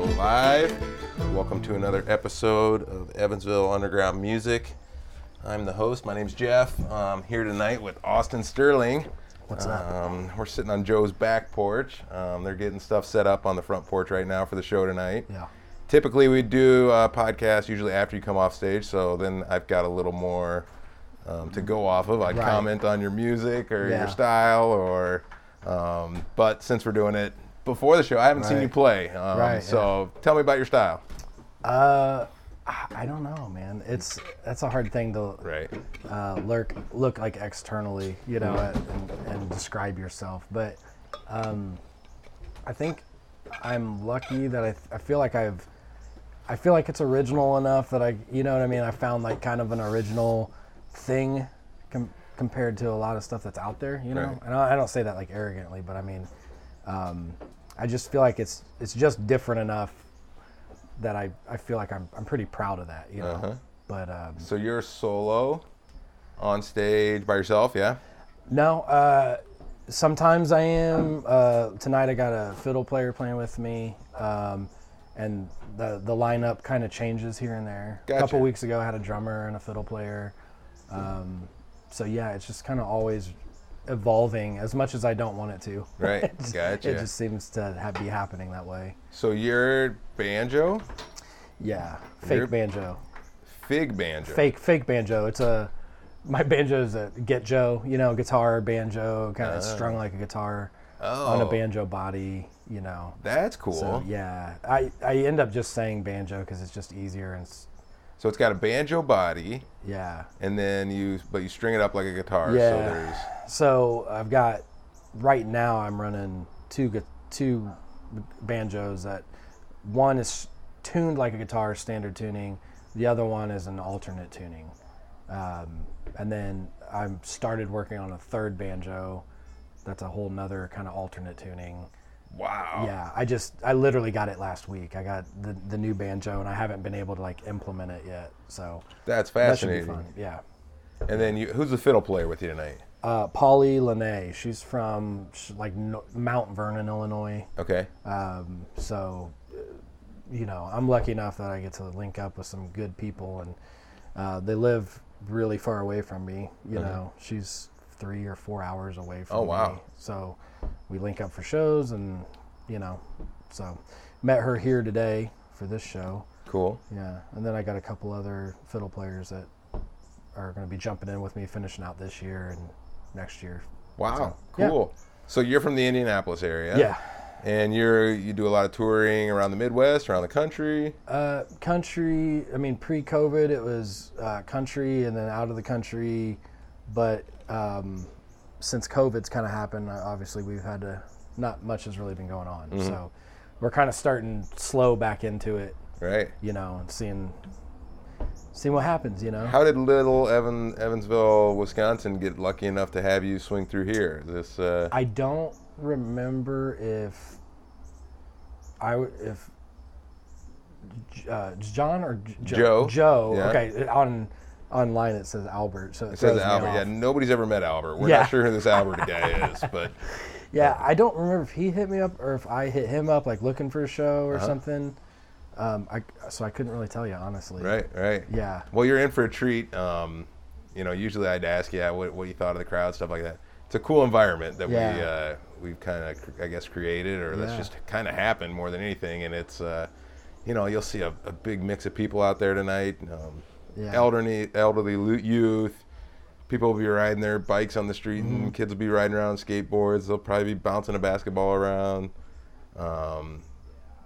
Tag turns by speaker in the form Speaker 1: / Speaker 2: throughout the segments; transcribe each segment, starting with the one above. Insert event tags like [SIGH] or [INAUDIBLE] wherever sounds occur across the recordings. Speaker 1: live. Welcome to another episode of Evansville Underground Music. I'm the host. My name's Jeff. I'm here tonight with Austin Sterling. What's um, up? We're sitting on Joe's back porch. Um, they're getting stuff set up on the front porch right now for the show tonight.
Speaker 2: Yeah.
Speaker 1: Typically, we do a podcast usually after you come off stage, so then I've got a little more um, to go off of. I
Speaker 2: Right.
Speaker 1: comment on your music or
Speaker 2: Yeah.
Speaker 1: your style, or um, but since we're doing it before the show, I haven't seen
Speaker 2: Right.
Speaker 1: you play. Um,
Speaker 2: Right,
Speaker 1: So tell me about your style.
Speaker 2: Uh, I I don't know, man. It's that's a hard thing to
Speaker 1: Right.
Speaker 2: uh, lurk, look like externally, you know, and, and describe yourself. But um, I think I'm lucky that I, I feel like I've, I feel like it's original enough that I, you know what I mean. I found like kind of an original thing com- compared to a lot of stuff that's out there, you know.
Speaker 1: Right.
Speaker 2: And I, I don't say that like arrogantly, but I mean, um, I just feel like it's it's just different enough that I, I feel like I'm, I'm pretty proud of that, you know. But um,
Speaker 1: So you're solo on stage by yourself,
Speaker 2: [LAUGHS]
Speaker 1: yeah?
Speaker 2: No, uh, sometimes I am. Uh, tonight I got a fiddle player playing with me, um, and the the lineup kind of changes here and there. A
Speaker 1: Gotcha.
Speaker 2: couple weeks ago I had a drummer and a fiddle player, um, so yeah, it's just kind of always evolving as much as I don't want it to.
Speaker 1: Right.
Speaker 2: It just-
Speaker 1: Gotcha.
Speaker 2: It just seems to ha be happening that way.
Speaker 1: So you're banjo,
Speaker 2: Yeah, fake
Speaker 1: You're-
Speaker 2: banjo,
Speaker 1: fig banjo.
Speaker 2: fake fake banjo. It's a my banjo is a get Joe, you know, guitar banjo, kind
Speaker 1: Uh-huh.
Speaker 2: of strung like a guitar.
Speaker 1: oh,
Speaker 2: on a banjo body, you know.
Speaker 1: That's cool.
Speaker 2: So,
Speaker 1: So,
Speaker 2: yeah, I, I end up just saying banjo because it's just easier and s-
Speaker 1: it's got a banjo body,
Speaker 2: yeah.
Speaker 1: and then you but you string it up like a guitar. So
Speaker 2: Yeah.
Speaker 1: there's
Speaker 2: So I've got right now I'm running two gu- two banjos that one is tuned like a guitar standard tuning, the other one is an alternate tuning, um, and then I am started working on a third banjo. That's a whole nother kind of alternate tuning.
Speaker 1: wow.
Speaker 2: Yeah, I just I literally got it last week. I got the the new banjo and I haven't been able to like implement it yet. So
Speaker 1: That's
Speaker 2: that should be
Speaker 1: fascinating.
Speaker 2: fun. Yeah.
Speaker 1: And then you who's the fiddle player with you tonight?
Speaker 2: Uh, Polly Lene, she's from sh like no, Mount Vernon, Illinois.
Speaker 1: Okay.
Speaker 2: Um, so, uh, you know, I'm lucky enough that I get to link up with some good people, and uh, they live really far away from me. You know, she's three or four hours away from
Speaker 1: Mm-hmm. Oh,
Speaker 2: me.
Speaker 1: wow.
Speaker 2: So, we link up for shows, and you know, so met her here today for this show.
Speaker 1: Cool.
Speaker 2: Yeah, and then I got a couple other fiddle players that are going to be jumping in with me, finishing out this year and next year.
Speaker 1: Wow.
Speaker 2: yeah.
Speaker 1: cool. So you're from the Indianapolis area.
Speaker 2: Yeah.
Speaker 1: And you're you do a lot of touring around the Midwest, around the country.
Speaker 2: Uh, country. I mean, pre-COVID, it was uh, country, and then out of the country. But um, since COVID's kind of happened, uh, obviously we've had to. Not much has really been going on, so we're kind of starting slow back into it,
Speaker 1: Right.
Speaker 2: you know, and seeing seeing what happens, you know.
Speaker 1: How did little Evan, Evansville, Wisconsin get lucky enough to have you swing through here? This uh,
Speaker 2: I don't remember if I w- if J- uh, John or J-
Speaker 1: Joe.
Speaker 2: Joe.
Speaker 1: Yeah.
Speaker 2: Okay, on online it says Albert, so it,
Speaker 1: says
Speaker 2: throws me
Speaker 1: Albert. Yeah,
Speaker 2: off.
Speaker 1: nobody's ever met Albert. We're
Speaker 2: Yeah.
Speaker 1: not sure who this Albert
Speaker 2: [LAUGHS]
Speaker 1: guy is, but
Speaker 2: Yeah, I don't remember if he hit me up or if I hit him up, like looking for a show
Speaker 1: Uh-huh.
Speaker 2: or something. Um, I so I couldn't really tell you honestly.
Speaker 1: right, right.
Speaker 2: Yeah.
Speaker 1: Well, you're in for a treat. Um, you know, usually I'd ask you yeah, what, what you thought of the crowd, stuff like that. It's a cool environment that we
Speaker 2: Yeah.
Speaker 1: uh, we've kind of, I guess, created, or that's
Speaker 2: Yeah.
Speaker 1: just kind of happened more than anything. And it's, uh, you know, you'll see a, a big mix of people out there tonight. Um,
Speaker 2: Yeah.
Speaker 1: Elderly, elderly lu- youth. People will be riding their bikes on the street,
Speaker 2: Mm-hmm.
Speaker 1: and kids will be riding around on skateboards. They'll probably be bouncing a basketball around. Um,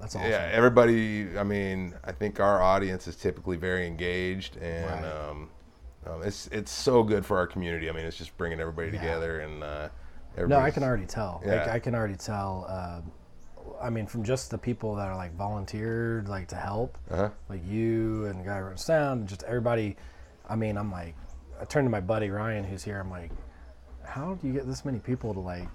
Speaker 2: That's awesome.
Speaker 1: yeah, everybody. I mean, I think our audience is typically very engaged, and
Speaker 2: Right.
Speaker 1: um, um, it's it's so good for our community. I mean, it's just bringing everybody
Speaker 2: Yeah.
Speaker 1: together, and uh,
Speaker 2: No, I
Speaker 1: everybody's-
Speaker 2: can already tell. Like,
Speaker 1: Yeah.
Speaker 2: I can already tell. um I mean, from just the people that are like volunteered, like to help,
Speaker 1: Uh-huh.
Speaker 2: like you and the guy who wrote sound, and just everybody. I mean, I'm like, I turned to my buddy Ryan, who's here. I'm like, how do you get this many people to like,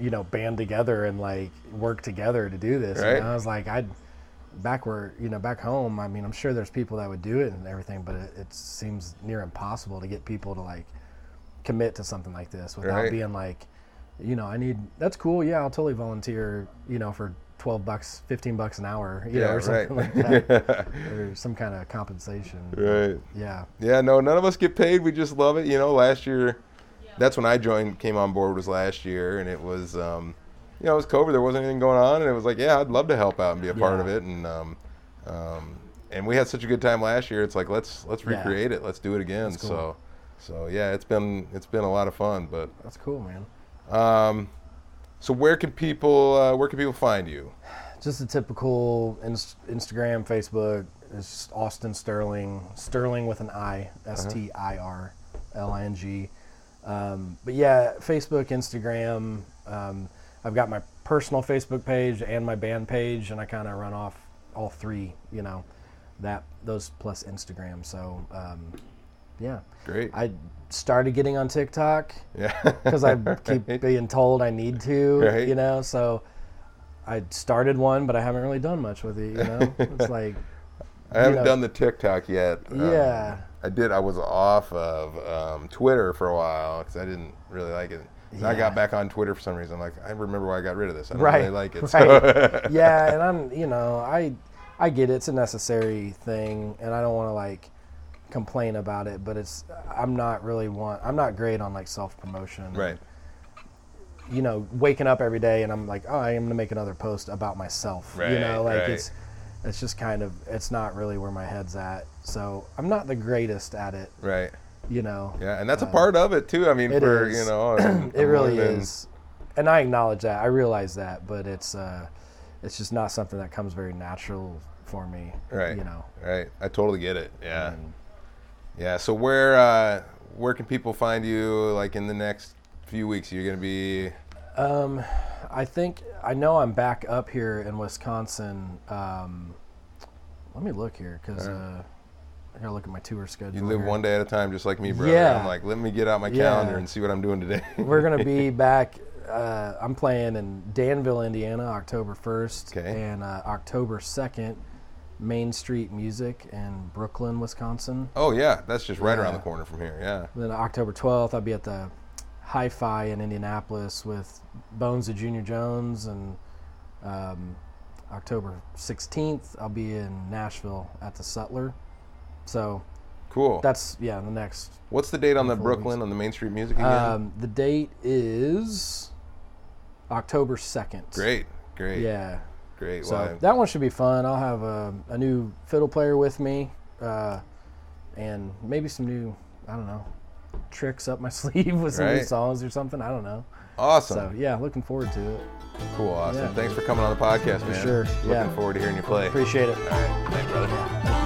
Speaker 2: you know, band together and like work together to do this?
Speaker 1: Right.
Speaker 2: And I was like, I'd back where you know back home. I mean, I'm sure there's people that would do it and everything, but it, it seems near impossible to get people to like commit to something like this without
Speaker 1: Right.
Speaker 2: being like, you know, I need that's cool. Yeah, I'll totally volunteer, you know, for twelve bucks, fifteen bucks an hour, you know,
Speaker 1: Yeah,
Speaker 2: or
Speaker 1: right. [LAUGHS]
Speaker 2: something like that, or some kind of compensation.
Speaker 1: right.
Speaker 2: Yeah,
Speaker 1: Yeah, no, none of us get paid. We just love it. You know, last year, that's when I joined, came on board was last year, and it was, um, you know, it was COVID. There wasn't anything going on, and it was like, yeah, I'd love to help out and be a part of
Speaker 2: Yeah.
Speaker 1: it, and um, um, and we had such a good time last year. It's like let's let's
Speaker 2: Yeah.
Speaker 1: recreate it. Let's do it again.
Speaker 2: That's cool.
Speaker 1: So, so yeah, it's been it's been a lot of fun. But
Speaker 2: that's cool, man.
Speaker 1: um, so where can people uh, where can people find you?
Speaker 2: Just a typical ins- Instagram, Facebook. It's just Austin Sterling, Sterling with an I, S T I R L I N G. Um, but yeah, Facebook, Instagram. Um, I've got my personal Facebook page and my band page, and I kind of run off all three. You know, that those plus Instagram. So um, yeah,
Speaker 1: Great.
Speaker 2: I started getting on TikTok
Speaker 1: yeah. [LAUGHS]
Speaker 2: because I keep being told I need to,
Speaker 1: Right.
Speaker 2: you know. So I started one, but I haven't really done much with it, you know.
Speaker 1: [LAUGHS]
Speaker 2: It's like,
Speaker 1: I haven't
Speaker 2: know-
Speaker 1: done the TikTok yet. Um,
Speaker 2: Yeah.
Speaker 1: I did. I was off of um, Twitter for a while because I didn't really like it. So I
Speaker 2: Yeah.
Speaker 1: got back on Twitter for some reason. Like I remember why I got rid of this. I don't
Speaker 2: Right,
Speaker 1: really like it.
Speaker 2: [LAUGHS] right. yeah, and I'm, you know, I, I get it. it's a necessary thing, and I don't want to like complain about it, but it's I'm not really one. I'm not great on like self
Speaker 1: [LAUGHS]
Speaker 2: promotion,
Speaker 1: right.
Speaker 2: you know, waking up every day and I'm like, oh, I am gonna make another post about myself. you
Speaker 1: Right,
Speaker 2: know, like
Speaker 1: right.
Speaker 2: it's it's just kind of it's not really where my head's at. So I'm not the greatest at it,
Speaker 1: Right.
Speaker 2: you know.
Speaker 1: Yeah, and that's a part of it too. I mean,
Speaker 2: Uh, it
Speaker 1: for you
Speaker 2: is. [CLEARS THROAT]
Speaker 1: know,
Speaker 2: It really is. And I acknowledge that. I realize that, but it's uh it's just not something that comes very natural for me.
Speaker 1: Right.
Speaker 2: You know.
Speaker 1: Right. I totally get it. Yeah.
Speaker 2: Mm-hmm.
Speaker 1: yeah. So where uh, where can people find you? Like in the next few weeks, you're gonna be
Speaker 2: Um, I think I know I'm back up here in Wisconsin. Um, let me look here because uh, I gotta look at my tour schedule.
Speaker 1: Uh-huh. you live
Speaker 2: here.
Speaker 1: one day at a time, just like me, brother.
Speaker 2: Yeah.
Speaker 1: I'm like, let me get out my
Speaker 2: Yeah.
Speaker 1: calendar and see what I'm doing today. [LAUGHS]
Speaker 2: We're gonna be back. Uh, I'm playing in Danville, Indiana, October 1st,
Speaker 1: Okay.
Speaker 2: and uh, October 2nd, Main Street Music in Brooklyn, Wisconsin.
Speaker 1: Oh yeah, that's just right around the
Speaker 2: Yeah.
Speaker 1: corner from here. Yeah.
Speaker 2: Then October 12th, I'll be at the Hi Fi in Indianapolis with Bones of Junior Jones. And um, October 16th, I'll be in Nashville at the Sutler. So
Speaker 1: Cool.
Speaker 2: that's, yeah, the next.
Speaker 1: What's the date on the
Speaker 2: Four
Speaker 1: Brooklyn on the Main Street Music again?
Speaker 2: Um, the date is October 2nd.
Speaker 1: great, great,
Speaker 2: Yeah.
Speaker 1: great.
Speaker 2: So
Speaker 1: Well, I'm-
Speaker 2: that one should be fun. I'll have a, a new fiddle player with me uh, and maybe some new, I don't know, tricks up my [LAUGHS] sleeve with some new
Speaker 1: Right.
Speaker 2: songs or something. I don't know. So
Speaker 1: awesome,
Speaker 2: yeah, looking forward to it.
Speaker 1: cool, awesome.
Speaker 2: yeah.
Speaker 1: Thanks for coming on the podcast, man.
Speaker 2: sure,
Speaker 1: Looking
Speaker 2: yeah.
Speaker 1: forward to hearing you play.
Speaker 2: Appreciate it.
Speaker 1: All right, thanks, brother.
Speaker 2: Yeah.